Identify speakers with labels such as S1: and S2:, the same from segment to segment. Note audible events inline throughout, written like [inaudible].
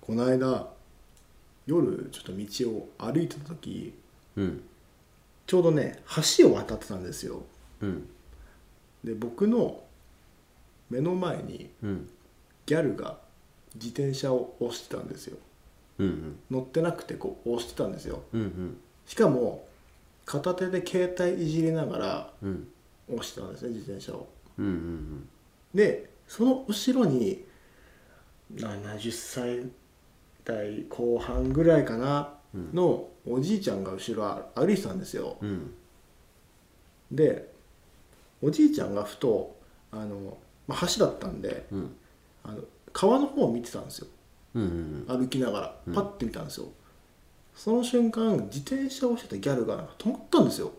S1: この間夜ちょっと道を歩いてた時
S2: うん
S1: ちょうどね橋を渡ってたんですよ
S2: うん
S1: で僕の目の前に
S2: うん
S1: ギャルが自転車を押してたんですよ
S2: うんうん
S1: 乗ってなくてこう押してたんですよ
S2: うん
S1: しかも片手で携帯いじりながら
S2: うんうん
S1: 押してたんですね自転車を
S2: うんうん
S1: でその後ろに70歳代後半ぐらいかなのおじいちゃんが後ろ歩いてたんですよ
S2: うんうん
S1: でおじいちゃんがふとあの、まあ、橋だったんで
S2: うん
S1: あの川の方を見てたんですよ
S2: うんうん
S1: 歩きながらパッて見たんですよ、その瞬間自転車をしてたギャルがなんか止まったんですよ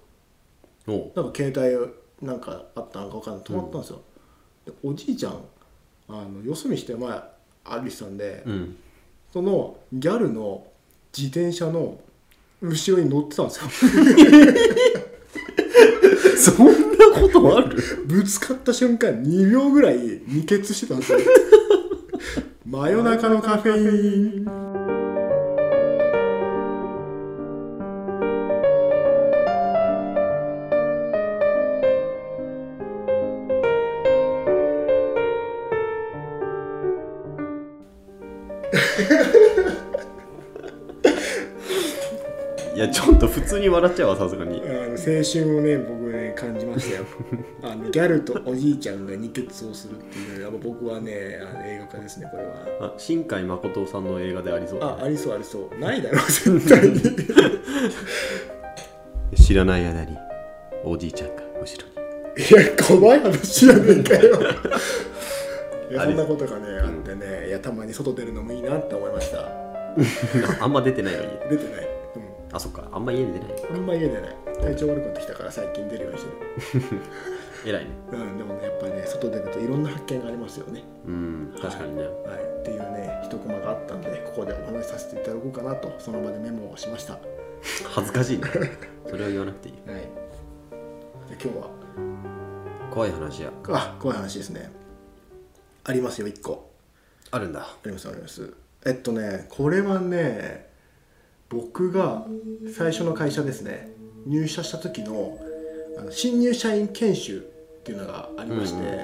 S2: お
S1: なんか携帯なんかあったのか分かんない止まったんですよ、でおじいちゃんあのよそ見して前歩いてたんで、
S2: うん
S1: そのギャルの自転車の後ろに乗ってたん [laughs] ですよ
S2: そんなことある
S1: ぶつかった瞬間2秒ぐらい二血してたんです [laughs] よ真夜中のカフェイン
S2: いやちょっと普通に笑っちゃうわさすがに
S1: あの青春をね僕ね感じました [laughs] よあのギャルとおじいちゃんが二血をするっていうのはやっぱ僕はねあの映画化ですねこれは
S2: あ新海誠さんの映画でありそう
S1: あありそうありそうないだろう絶対に
S2: 知らない間におじいちゃんが後ろに
S1: いや怖い話じゃねえかよいやそんなことがねあってねいやたまに外出るのもいいなって思いました
S2: あんま出てないわ家
S1: 出てない
S2: あそっかあんま家で出ない
S1: うんあんま家出ない体調悪くなってきたから最近出るようにして
S2: 偉いね
S1: るうんでもねやっぱね外出るといろんな発見がありますよね
S2: うん確かにね、
S1: はい、っていうね一コマがあったんでここでお話しさせていただこうかなとその場でメモをしました、はい、
S2: 恥ずかしいねそれは言わなくていい
S1: で今日は
S2: 怖い話や
S1: あ怖い話ですねありますよ1個
S2: あるんだ
S1: ありますありますえっとねこれはね僕が最初の会社ですね入社した時のあの新入社員研修っていうのがありまして、
S2: うんうん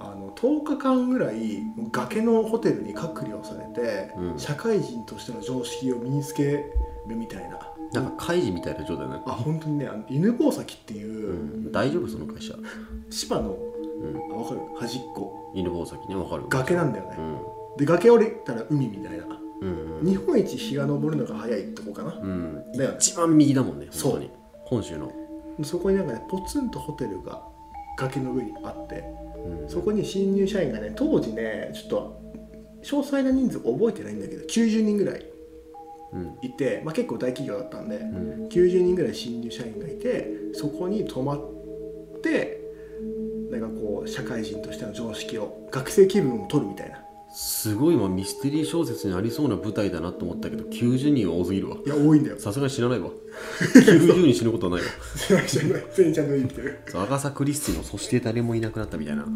S1: あの10日間ぐらい崖のホテルに隔離をされて、
S2: うん
S1: 社会人としての常識を身につけるみたいな
S2: なんか怪事みたいな状態だね
S1: あ本当にねあの犬吠埼っていうう、
S2: ん大丈夫その会社
S1: 芝の
S2: うん
S1: あ分かる端っこ
S2: 犬吠埼ねわかる
S1: 崖なんだよね、
S2: うん
S1: で崖降りたら海みたいな
S2: うんうん
S1: 日本一日が昇るのが早いとこかな、
S2: うん
S1: だよね
S2: 一番右だもんね
S1: そう
S2: 本当に本州の
S1: そこになんかねポツンとホテルが崖の上にあって
S2: うん
S1: そこに新入社員がね当時ねちょっと詳細な人数覚えてないんだけど90人ぐらい
S2: うん
S1: いて、まあ、結構大企業だったんで、
S2: うん
S1: 90人ぐらい新入社員がいてそこに泊まってなんかこう社会人としての常識を学生気分を取るみたいな
S2: すごいまあミステリー小説にありそうな舞台だなと思ったけど90人は多すぎるわ
S1: いや多いんだ
S2: [laughs]
S1: よ
S2: さすがに知らないわ90人死ぬことはないわ
S1: 全員ちゃんと生きてる
S2: そうアガサ・クリスティの「そして誰もいなくなった」みたいな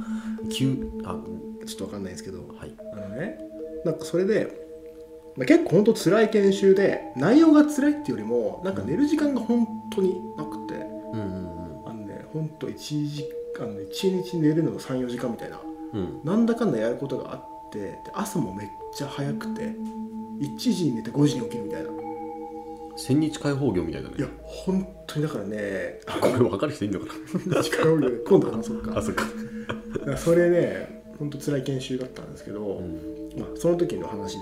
S2: 9あ
S1: ちょっとわかんないんですけど
S2: はい
S1: あのねなんかそれで、まあ、結構ほんと辛い研修で内容が辛いっていうよりもなんか寝る時間が本当になくて
S2: うんうん
S1: あのねほんと1時間1日寝るのが34時間みたいな
S2: うんうん
S1: なんだかんだやることがあってで朝もめっちゃ早くて1時に寝て5時に起きるみたいない
S2: 千日解放業みたいだね
S1: や本当にだからねあ
S2: これ分かる人いるのか
S1: 違うよ今度話そう
S2: な [laughs] あ
S1: か
S2: そっか
S1: だからそれねほんと辛い研修だったんですけど、
S2: うん
S1: まあ、その時の話で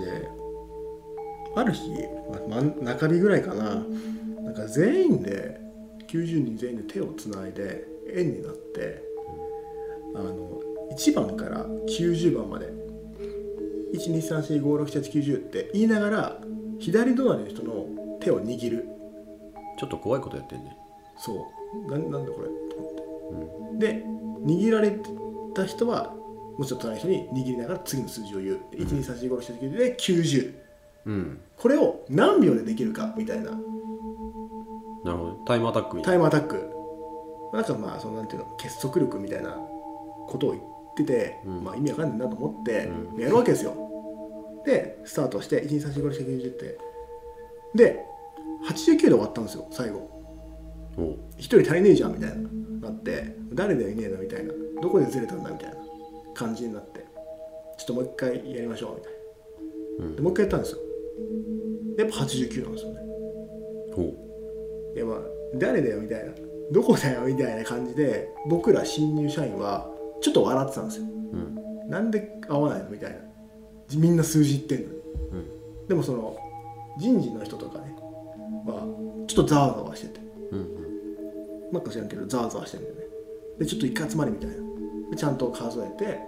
S1: ある日、まあ真ん中日ぐらいかななんか全員で90人全員で手をつないで円になってあの1番から90番まで123456789って言いながら左隣の人の手を握る
S2: ちょっと怖いことやってんね
S1: そうなんなんだこれと思って
S2: うん
S1: で握られた人はもうちょっと隣の人に握りながら次の数字を言う123456789で90
S2: うん
S1: これを何秒でできるかみたいな
S2: なるほどタイムアタックみた
S1: タ
S2: い
S1: イムアタックなんかまあそのなんていうの結束力みたいなことを言ってて、
S2: うん
S1: まあ意味わかんないなと思って
S2: う
S1: やるわけですよ、でスタートして123456ってで89で終わったんですよ最後
S2: おう
S1: 一人足りねえじゃんみたいななって誰だよいねえのみたいなどこでずれたんだみたいな感じになってちょっともう一回やりましょうみたいな、でもう一回やったんですよでやっぱ89なんですよね
S2: おう
S1: いやまあ誰だよみたいなどこだよみたいな感じで僕ら新入社員はちょっと笑ってたんですよ
S2: うん
S1: なんで合わないのみたいなみんな数字言ってんのに
S2: うん
S1: でもその人事の人とかねはちょっとざわざわしてて
S2: うん
S1: なんか知らんけどざわざわしてんだよねでちょっと一回集まりみたいなでちゃんと数えてで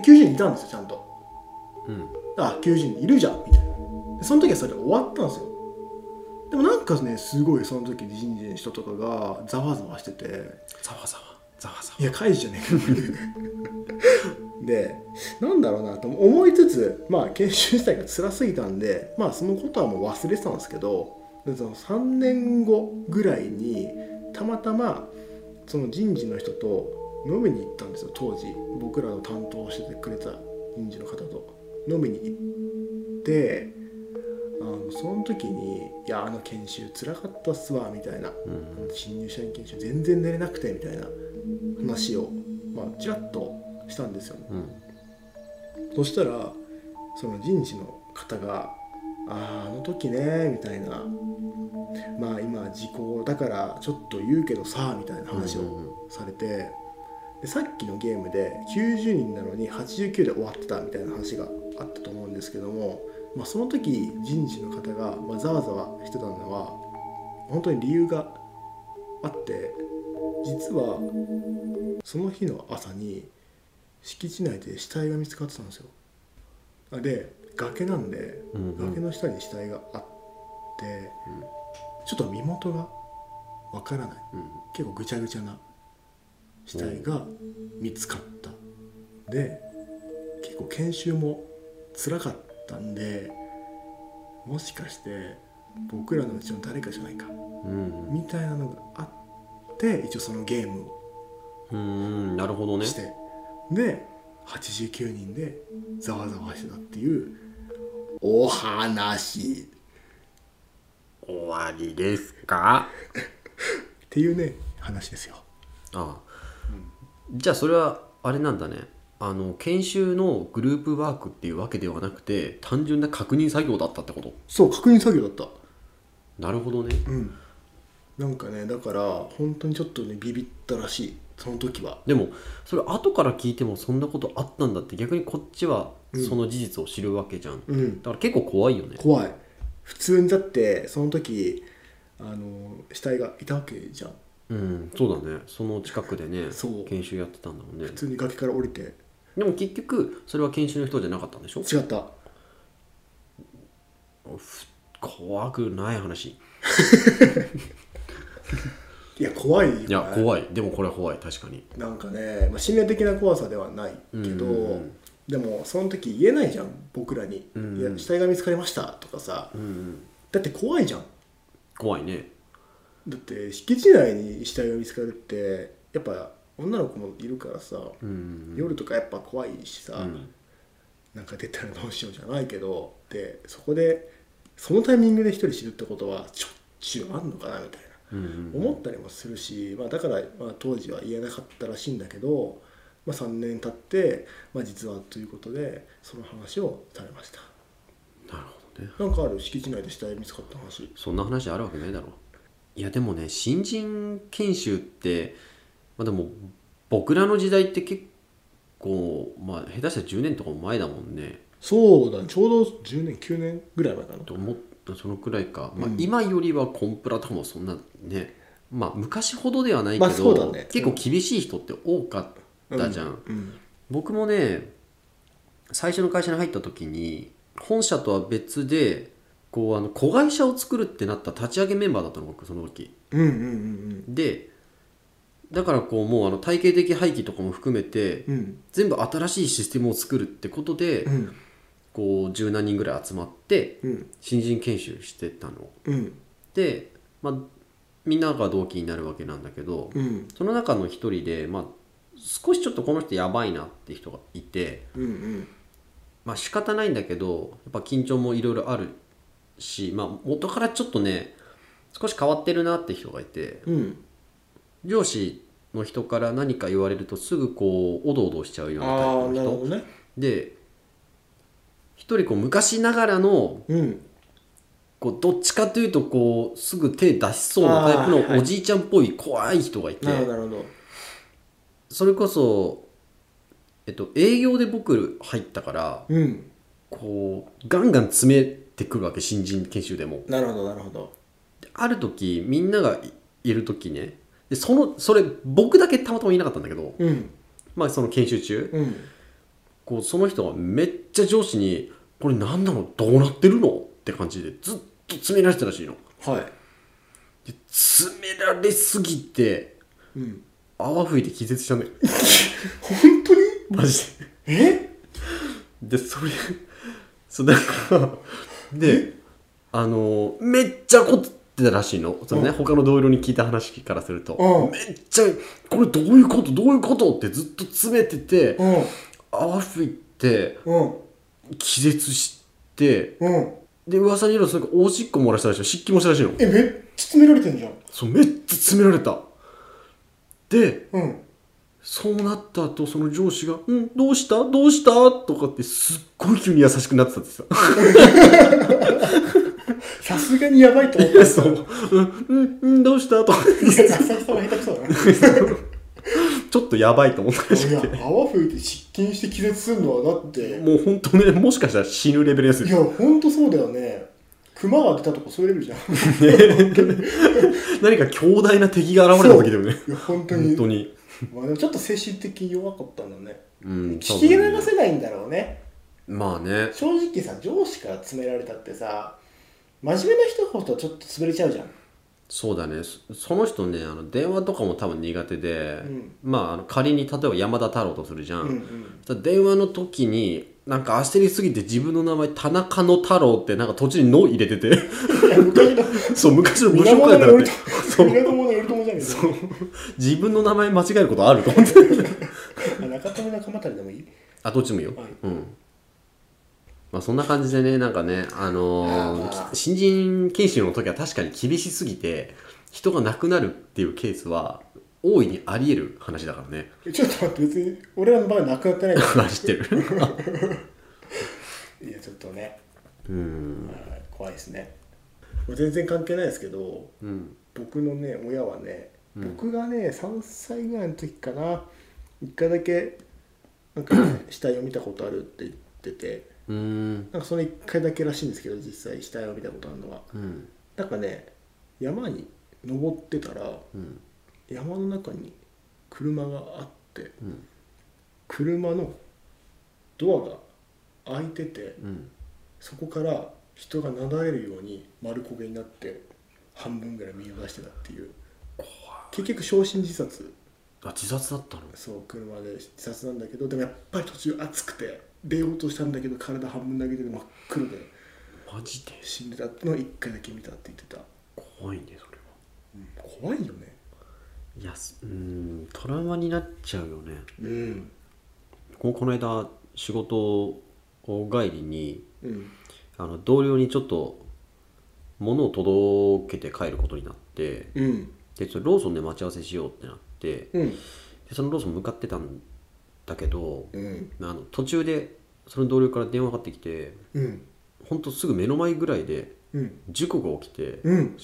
S1: 90人いたんですよちゃんと
S2: うん
S1: あ90人いるじゃんみたいなでその時はそれで終わったんですよでもなんかねすごいその時人事の人とかがざわざわしてて
S2: ざわざわざわざわ
S1: いや会議じゃねえかでなんだろうなと思いつつまあ研修自体が辛すぎたんでまあそのことはもう忘れてたんですけどでその3年後ぐらいにたまたまその人事の人と飲みに行ったんですよ当時僕らの担当しててくれた人事の方と飲みに行ってあのその時に「いやあの研修辛かったっすわ」みたいな
S2: うん
S1: 新入社員研修全然寝れなくてみたいな話を、まあ、ちらっとしたんですよね
S2: うん
S1: そしたらその人事の方が「あああの時ね」みたいな「まあ今時効だからちょっと言うけどさ」みたいな話
S2: うんうん
S1: をされて、でさっきのゲームで90人なのに89で終わってたみたいな話があったと思うんですけども、まあ、その時人事の方がまあざわざわしてたのは本当に理由があって実はその日の朝に敷地内で死体が見つかってたんですよあで崖なんで、
S2: うんうん
S1: 崖の下に死体があって、ちょっと身元がわからない
S2: うん
S1: 結構ぐちゃぐちゃな死体が見つかった、で結構研修も辛かったんでもしかして僕らのうちの誰かじゃないか
S2: うん
S1: みたいなのがあって一応そのゲームを
S2: うんなるほどね
S1: して、で89人でざわざわしてたっていうお話
S2: 終わりですか
S1: っていうね話ですよ
S2: ああ、じゃあそれはあれなんだねあの研修のグループワークっていうわけではなくて単純な確認作業だったってこと
S1: そう確認作業だった
S2: なるほどね
S1: うんなんかねだから本当にちょっとねビビったらしいその時は
S2: でもそれ後から聞いてもそんなことあったんだって逆にこっちは
S1: うん
S2: その事実を知るわけじゃん、だ
S1: うん
S2: から結構怖いよね
S1: 怖い普通にだってその時あの死体がいたわけじゃん
S2: うんそうだねその近くでね
S1: そう
S2: 研修やってたんだもんね
S1: 普通に崖から降りて
S2: でも結局それは研修の人じゃなかったんでしょ
S1: 違った
S2: ふ怖くない話
S1: いや怖いよね
S2: いや怖いでもこれは怖い確かに
S1: なんかね、まあ、心霊的な怖さではないけど、
S2: うんうんうん
S1: でもその時言えないじゃん僕らに、
S2: うんうん
S1: いや死体が見つかりました」とかさ、
S2: うん、うん、
S1: だって怖いじゃん
S2: 怖いね
S1: だって敷地内に死体が見つかるってやっぱ女の子もいるからさ、
S2: うんうん
S1: 夜とかやっぱ怖いしさ、
S2: うん
S1: なんか出たらどうしようじゃないけどでそこでそのタイミングで一人死ぬってことはしょっちゅうあんのかなみたいな。
S2: うんうん
S1: 思ったりもするし、まあ、だから、まあ、当時は言えなかったらしいんだけど、まあ、3年経って、まあ、実はということでその話をされました
S2: なるほどね
S1: なんかある敷地内で死体見つかった話
S2: そんな話あるわけないだろいやでもね新人研修ってまあでも僕らの時代って結構まあ下手したら10年とかも前だもんね
S1: そうだねちょうど10年9年ぐらい前かな
S2: と思ったそのくらいか、まあ
S1: う、ん
S2: 今よりはコンプラとかもそんなねまあ昔ほどではないけど、
S1: まあそうだね
S2: 結構厳しい人って多かったじゃん、
S1: うん
S2: 僕もね最初の会社に入った時に本社とは別でこうあの子会社を作るってなった立ち上げメンバーだったの僕その時
S1: うんうんうん
S2: でだからこうもうあの体系的廃棄とかも含めて
S1: うんうん
S2: 全部新しいシステムを作るってことで
S1: うん
S2: こう十何人ぐらい集まって
S1: うん
S2: 新人研修してたの
S1: うん
S2: で、まあ、みんなが同期になるわけなんだけど
S1: うん
S2: その中の一人で、まあ、少しちょっとこの人やばいなって人がいて
S1: うんうん
S2: まあ仕方ないんだけどやっぱ緊張もいろいろあるし、まあ、元からちょっとね少し変わってるなって人がいて
S1: うん
S2: 上司の人から何か言われるとすぐこうおどおどしちゃうようなタイ
S1: ああ
S2: プ
S1: なる
S2: の
S1: ほ
S2: 人
S1: どね
S2: で一人こう昔ながらの
S1: うん
S2: こうどっちかというとこうすぐ手出しそうなタイ
S1: あー
S2: プ
S1: はい
S2: のおじいちゃんっぽい怖い人がいて、
S1: なるほどなるほど
S2: それこそ、えっと、営業で僕入ったから
S1: うん
S2: こうガンガン詰めてくるわけ新人研修でも
S1: なるほどなるほど
S2: である時みんながいいる時ねでそのそれ僕だけたまたまいなかったんだけど、
S1: うん
S2: まあ、その研修中
S1: うん
S2: こうその人がめっちゃ上司に「これ何なのどうなってるの?」って感じでずっと詰められてたらしいの。
S1: は
S2: で詰められすぎて
S1: いうん
S2: 泡吹いて気絶したんだよ
S1: 本当に
S2: マジで
S1: え
S2: でそれ [laughs] そうだからであのめっちゃ怒ってたらしいのそのね、
S1: うん
S2: 他の同僚に聞いた話からすると、
S1: うん
S2: めっちゃこれどういうことどういうことってずっと詰めてて、
S1: うん
S2: 泡吹いて
S1: うん
S2: 気絶して
S1: うん
S2: で噂によるとなんかおしっこ漏らしたらしいの湿気もしたらしいの
S1: えめっちゃ詰められてんじゃん
S2: そうめっちゃ詰められたで
S1: うん
S2: そうなった後その上司が「うんどうしたどうした?」とかってすっごい急に優しくなってたってさ「
S1: さすがにやばいと思っ
S2: い
S1: た
S2: やそううんうんうんどうした?」とか
S1: いや浅草は下手くそだな
S2: ちょっとやばいと思ったらし
S1: い
S2: く
S1: や
S2: て
S1: 泡吹いて失禁して気絶するのはだって
S2: もう本当ねもしかしたら死ぬレベルです
S1: い
S2: よ
S1: やほんとそうだよね熊が出たとこそういうレベルじゃん
S2: 何か強大な敵が現れた時だよね
S1: いや本当
S2: 本
S1: に
S2: 当に
S1: まあでもちょっと精神的に弱かったんだね
S2: うん
S1: 聞き流せないんだろうね
S2: まあね
S1: 正直さ上司から詰められたってさ真面目な人ほどちょっと潰れちゃうじゃん
S2: そうだねそその人ねあの電話とかも多分苦手で、
S1: うん
S2: まああの仮に例えば山田太郎とするじゃ、
S1: うんんうん
S2: ただ電話の時になんか焦りすぎて自分の名前田中の太郎ってなんか途中に「の」入れ
S1: [laughs]
S2: てて
S1: いや昔の
S2: そう昔の文章
S1: 源
S2: 書いたらって
S1: 頼朝源頼朝じゃんけど
S2: 自分の名前間違えることあると思って
S1: あ中田の仲間たりでもいい
S2: あどっちでもいいよ、
S1: はい
S2: うんまあそんな感じでねなんかねあのー
S1: あー
S2: き新人研修の時は確かに厳しすぎて人が亡くなるっていうケースは大いにありえる話だからね
S1: えちょっと待って別に俺らの場合なくなってないか
S2: 話してる
S1: らいやちょっとね
S2: うん
S1: はい怖いですね全然関係ないですけど
S2: うん
S1: 僕のね親はね、
S2: うん
S1: 僕がね3歳ぐらいの時かな1回だけなんか、
S2: [coughs]
S1: ね、死体を見たことあるって言ってて
S2: うん
S1: なんかその1回だけらしいんですけど実際死体を見たことあるのは
S2: うん
S1: なんかね山に登ってたら
S2: うん
S1: 山の中に車があって
S2: うん
S1: 車のドアが開いてて
S2: うん
S1: そこから人がなだれるように丸焦げになって半分ぐらい身を出してたっていう結局焼身自殺
S2: あ自殺だったの
S1: そう車で自殺なんだけどでもやっぱり途中暑くて出ようとしたんだけど体半分だけで真っ黒で
S2: マジで
S1: 死んでたのを一回だけ見たって言ってた、
S2: 怖いねそれは
S1: 怖いよね
S2: いやすうーんトラウマになっちゃうよね
S1: うん
S2: ここの間仕事を帰りに
S1: うん
S2: あの同僚にちょっと物を届けて帰ることになって
S1: うん
S2: でそれローソンで待ち合わせしようってなってで
S1: うん
S2: そのローソン向かってたんだけど
S1: うん
S2: あの途中でその同僚から電話がかかってきて
S1: うん
S2: ほんとすぐ目の前ぐらいで
S1: うん
S2: 事故が起きて
S1: うん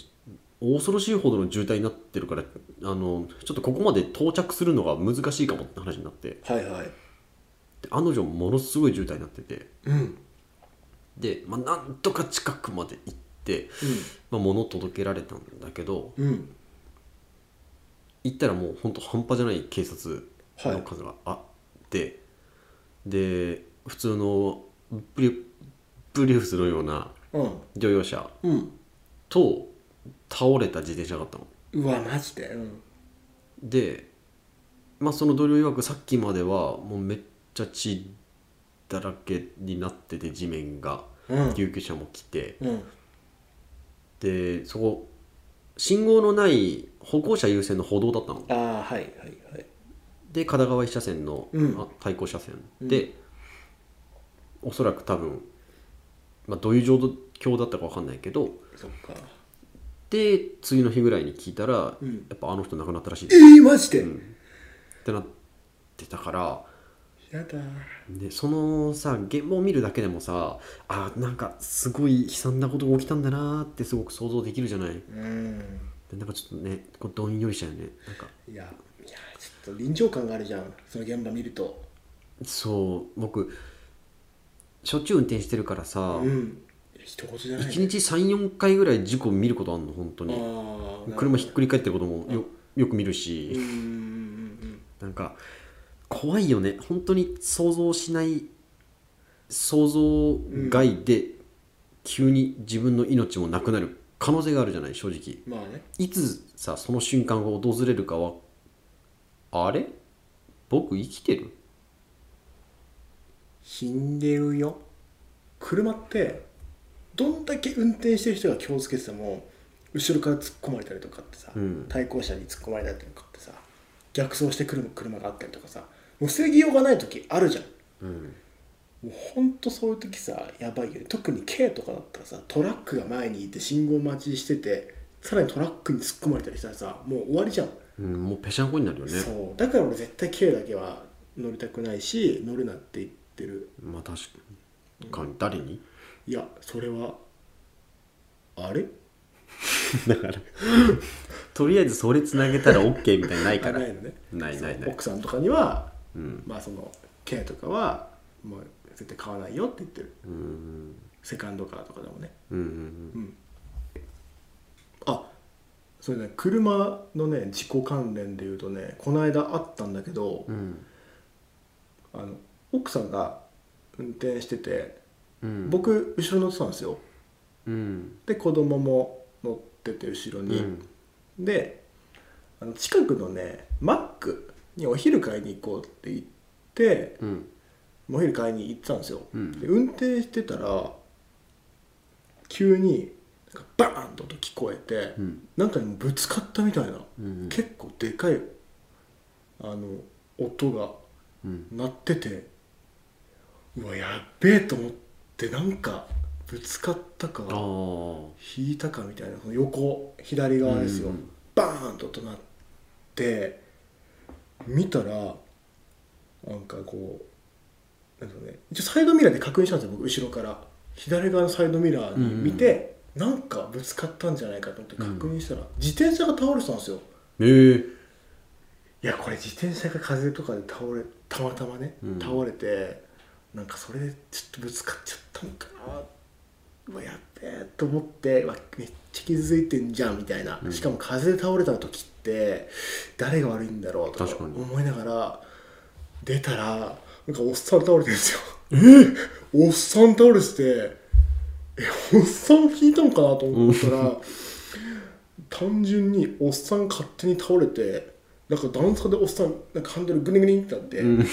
S2: 恐ろしいほどの渋滞になってるからあのちょっとここまで到着するのが難しいかもって話になって
S1: はいはい
S2: で案の定ものすごい渋滞になってて
S1: うん
S2: で、まあ、なんとか近くまで行って、まあ、物届けられたんだけど
S1: うんうん
S2: 行ったらもうほんと半端じゃない警察
S1: はい
S2: の数があって、で普通のブリブリウスのような
S1: うん
S2: 乗用車
S1: うん
S2: と倒れた自転車があったの
S1: うわマジでうん
S2: で、まあ、その同僚曰くさっきまではもうめっちゃ血だらけになってて地面が
S1: うん
S2: 救急車も来て、
S1: うん
S2: でそこ信号のない歩行者優先の歩道だったの
S1: ああはいはいはい
S2: で片側1車線の、
S1: うん
S2: あ対向車線
S1: うん
S2: で、おそらく多分、まあ、どういう状況だったか分かんないけど
S1: そっか
S2: で次の日ぐらいに聞いたら、
S1: うん
S2: やっぱあの人亡くなったらしい
S1: え
S2: です
S1: ー、マジで、
S2: ってなってたから
S1: やだ
S2: でそのさ現場を見るだけでもさあなんかすごい悲惨なことが起きたんだなーってすごく想像できるじゃない
S1: うん
S2: でなんかちょっとねこうどんよりしちゃうよねなんか
S1: いやいやちょっと臨場感があるじゃんその現場見ると
S2: そう僕しょっちゅう運転してるからさ、
S1: うん一言じゃないね
S2: 1日34回ぐらい事故見ることあんの本当
S1: あ
S2: に
S1: ー
S2: 車ひっくり返ってることもよよく見るし、
S1: うんうんうん
S2: なんか怖いよね本当に想像しない想像外で急に自分の命もなくなる可能性があるじゃない正直
S1: うんまあね
S2: いつさその瞬間が訪れるかはあれ僕生きてる
S1: 死んでるよ車ってどんだけ運転してる人が気をつけてても後ろから突っ込まれたりとかってさ、
S2: うん
S1: 対向車に突っ込まれたりとかってさ逆走してくる車があったりとかさもう防ぎようがない時あるじゃん
S2: うん
S1: もうほんとそういう時さやばいよね特に軽とかだったらさトラックが前にいて信号待ちしててさらにトラックに突っ込まれたりしたらさもう終わりじゃん、
S2: うんもうぺしゃんこになるよね
S1: そうだから俺絶対軽だけは乗りたくないし乗るなって言ってる
S2: まあ確かに誰に [laughs]
S1: いやそれはあれ
S2: だからとりあえずそれつなげたら OK みたいなのないから
S1: あ [laughs] ないのね
S2: ないないない
S1: 奥さんとかには、
S2: うん
S1: まあその K とかはもう絶対買わないよって言ってる
S2: うん
S1: セカンドカーとかでもね
S2: うんうん
S1: うんあそれね車のね事故関連で言うとねこの間あったんだけど、
S2: うん
S1: あの奥さんが運転してて
S2: うん
S1: 僕後ろ乗ってたんですよ
S2: うん
S1: で子供も乗ってて後ろ
S2: う
S1: に、
S2: ん
S1: であの近くのねマックにお昼買いに行こうって言って
S2: うん
S1: お昼買いに行ってたんですよ、
S2: うん
S1: で運転してたら急になんかバーンと音聞こえて、
S2: うん
S1: なんかにもぶつかったみたいな、
S2: うん
S1: 結構でかいあの音が
S2: うん
S1: 鳴っててうわやっべえと思ってなんかぶつかったか
S2: ああ
S1: 引いたかみたいなこの横左側ですよ、
S2: うんうん
S1: バーンととなって見たらなんかこうなんかね一応サイドミラーで確認したんですよ僕後ろから左側のサイドミラーに見て、なんかぶつかったんじゃないかと思って確認したら、自転車が倒れてたんですよ
S2: えー
S1: いやこれ自転車が風とかで倒れたまたまね、
S2: うん
S1: 倒れてなんかそれでちょっとぶつかっちゃったのかなうわやっべえと思ってうわめっちゃ傷ついてんじゃんみたいな、
S2: うん
S1: しかも風で倒れた時って誰が悪いんだろうとか
S2: 確かに
S1: 思いながら出たらなんかおっさん倒れてるんですよえ [laughs] おっさん倒れててえおっさん引いたのかなと思ったら単純におっさん勝手に倒れてなんか段差でおっさんなんかハンドルグニグニってなって、
S2: うん
S1: なん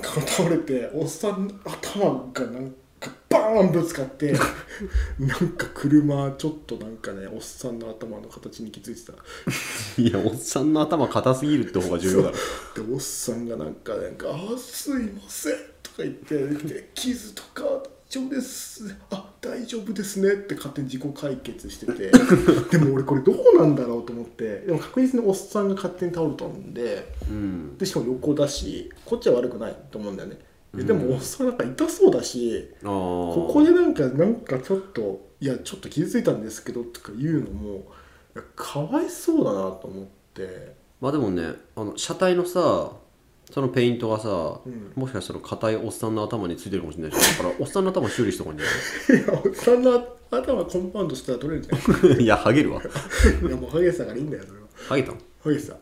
S1: か倒れておっさんの頭がなんかバーンぶつかって
S2: [laughs]
S1: なんか車ちょっとなんかねおっさんの頭の形に気づいてた
S2: いやおっさんの頭硬すぎるって方が重要だろ
S1: そうでおっさんがなんかなんか「あすいません」とか言ってで「傷とか大丈夫ですあ大丈夫ですね」って勝手に自己解決しててでも俺これどうなんだろうと思ってでも確実におっさんが勝手に倒れたんで
S2: うん
S1: でしかも横だしこっちは悪くないと思うんだよねででもおっさんなんか痛そうだし
S2: ああこ
S1: ここでなんかなんかちょっと「いやちょっと傷ついたんですけど」とか言うのもいやかわいそうだなと思って。
S2: まあでもねあの車体のさそのペイントがさ、
S1: うん
S2: もしかしたら硬いおっさんの頭についてるかもしれないじゃんだからおっさんの頭修理しとこに
S1: いやおっさんの頭コンパウンドしたら取れるじゃん
S2: いやハゲるわ
S1: いや [laughs] もうハゲてたからいいんだよそれは
S2: ハゲたの
S1: ハゲてた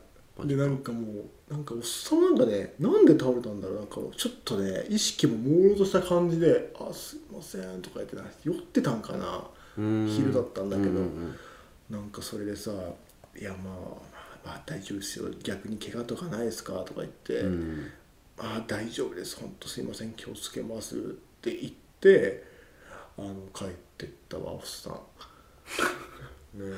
S1: でなんかもうなんかおっさんなんかねなんで倒れたんだろうなんかちょっとね意識も朦朧とした感じで「あすいません」とか言ってな酔ってたんかな
S2: うーん
S1: 昼だったんだけど
S2: ううん
S1: なんかそれでさ「いやまあまあ、まあ、大丈夫ですよ逆に怪我とかないですか?」とか言って「
S2: うんうん
S1: あ大丈夫です本当すいません気をつけます」って言ってあの帰ってったわおっさん [laughs] ね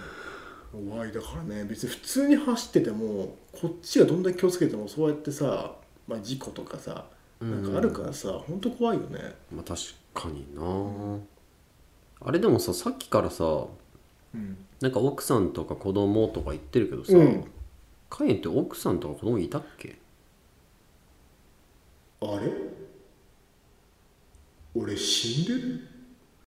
S1: 怖いだからね別に普通に走っててもこっちがどんだけ気をつけてもそうやってさ、まあ、事故とかさなんかあるからさ、ほんと怖いよね
S2: まあ確かにな、あれでもささっきからさ
S1: うん
S2: なんか奥さんとか子供とか言ってるけどさ、
S1: うん
S2: カイエンって奥さんとか子供いたっけ
S1: あれ俺死んでる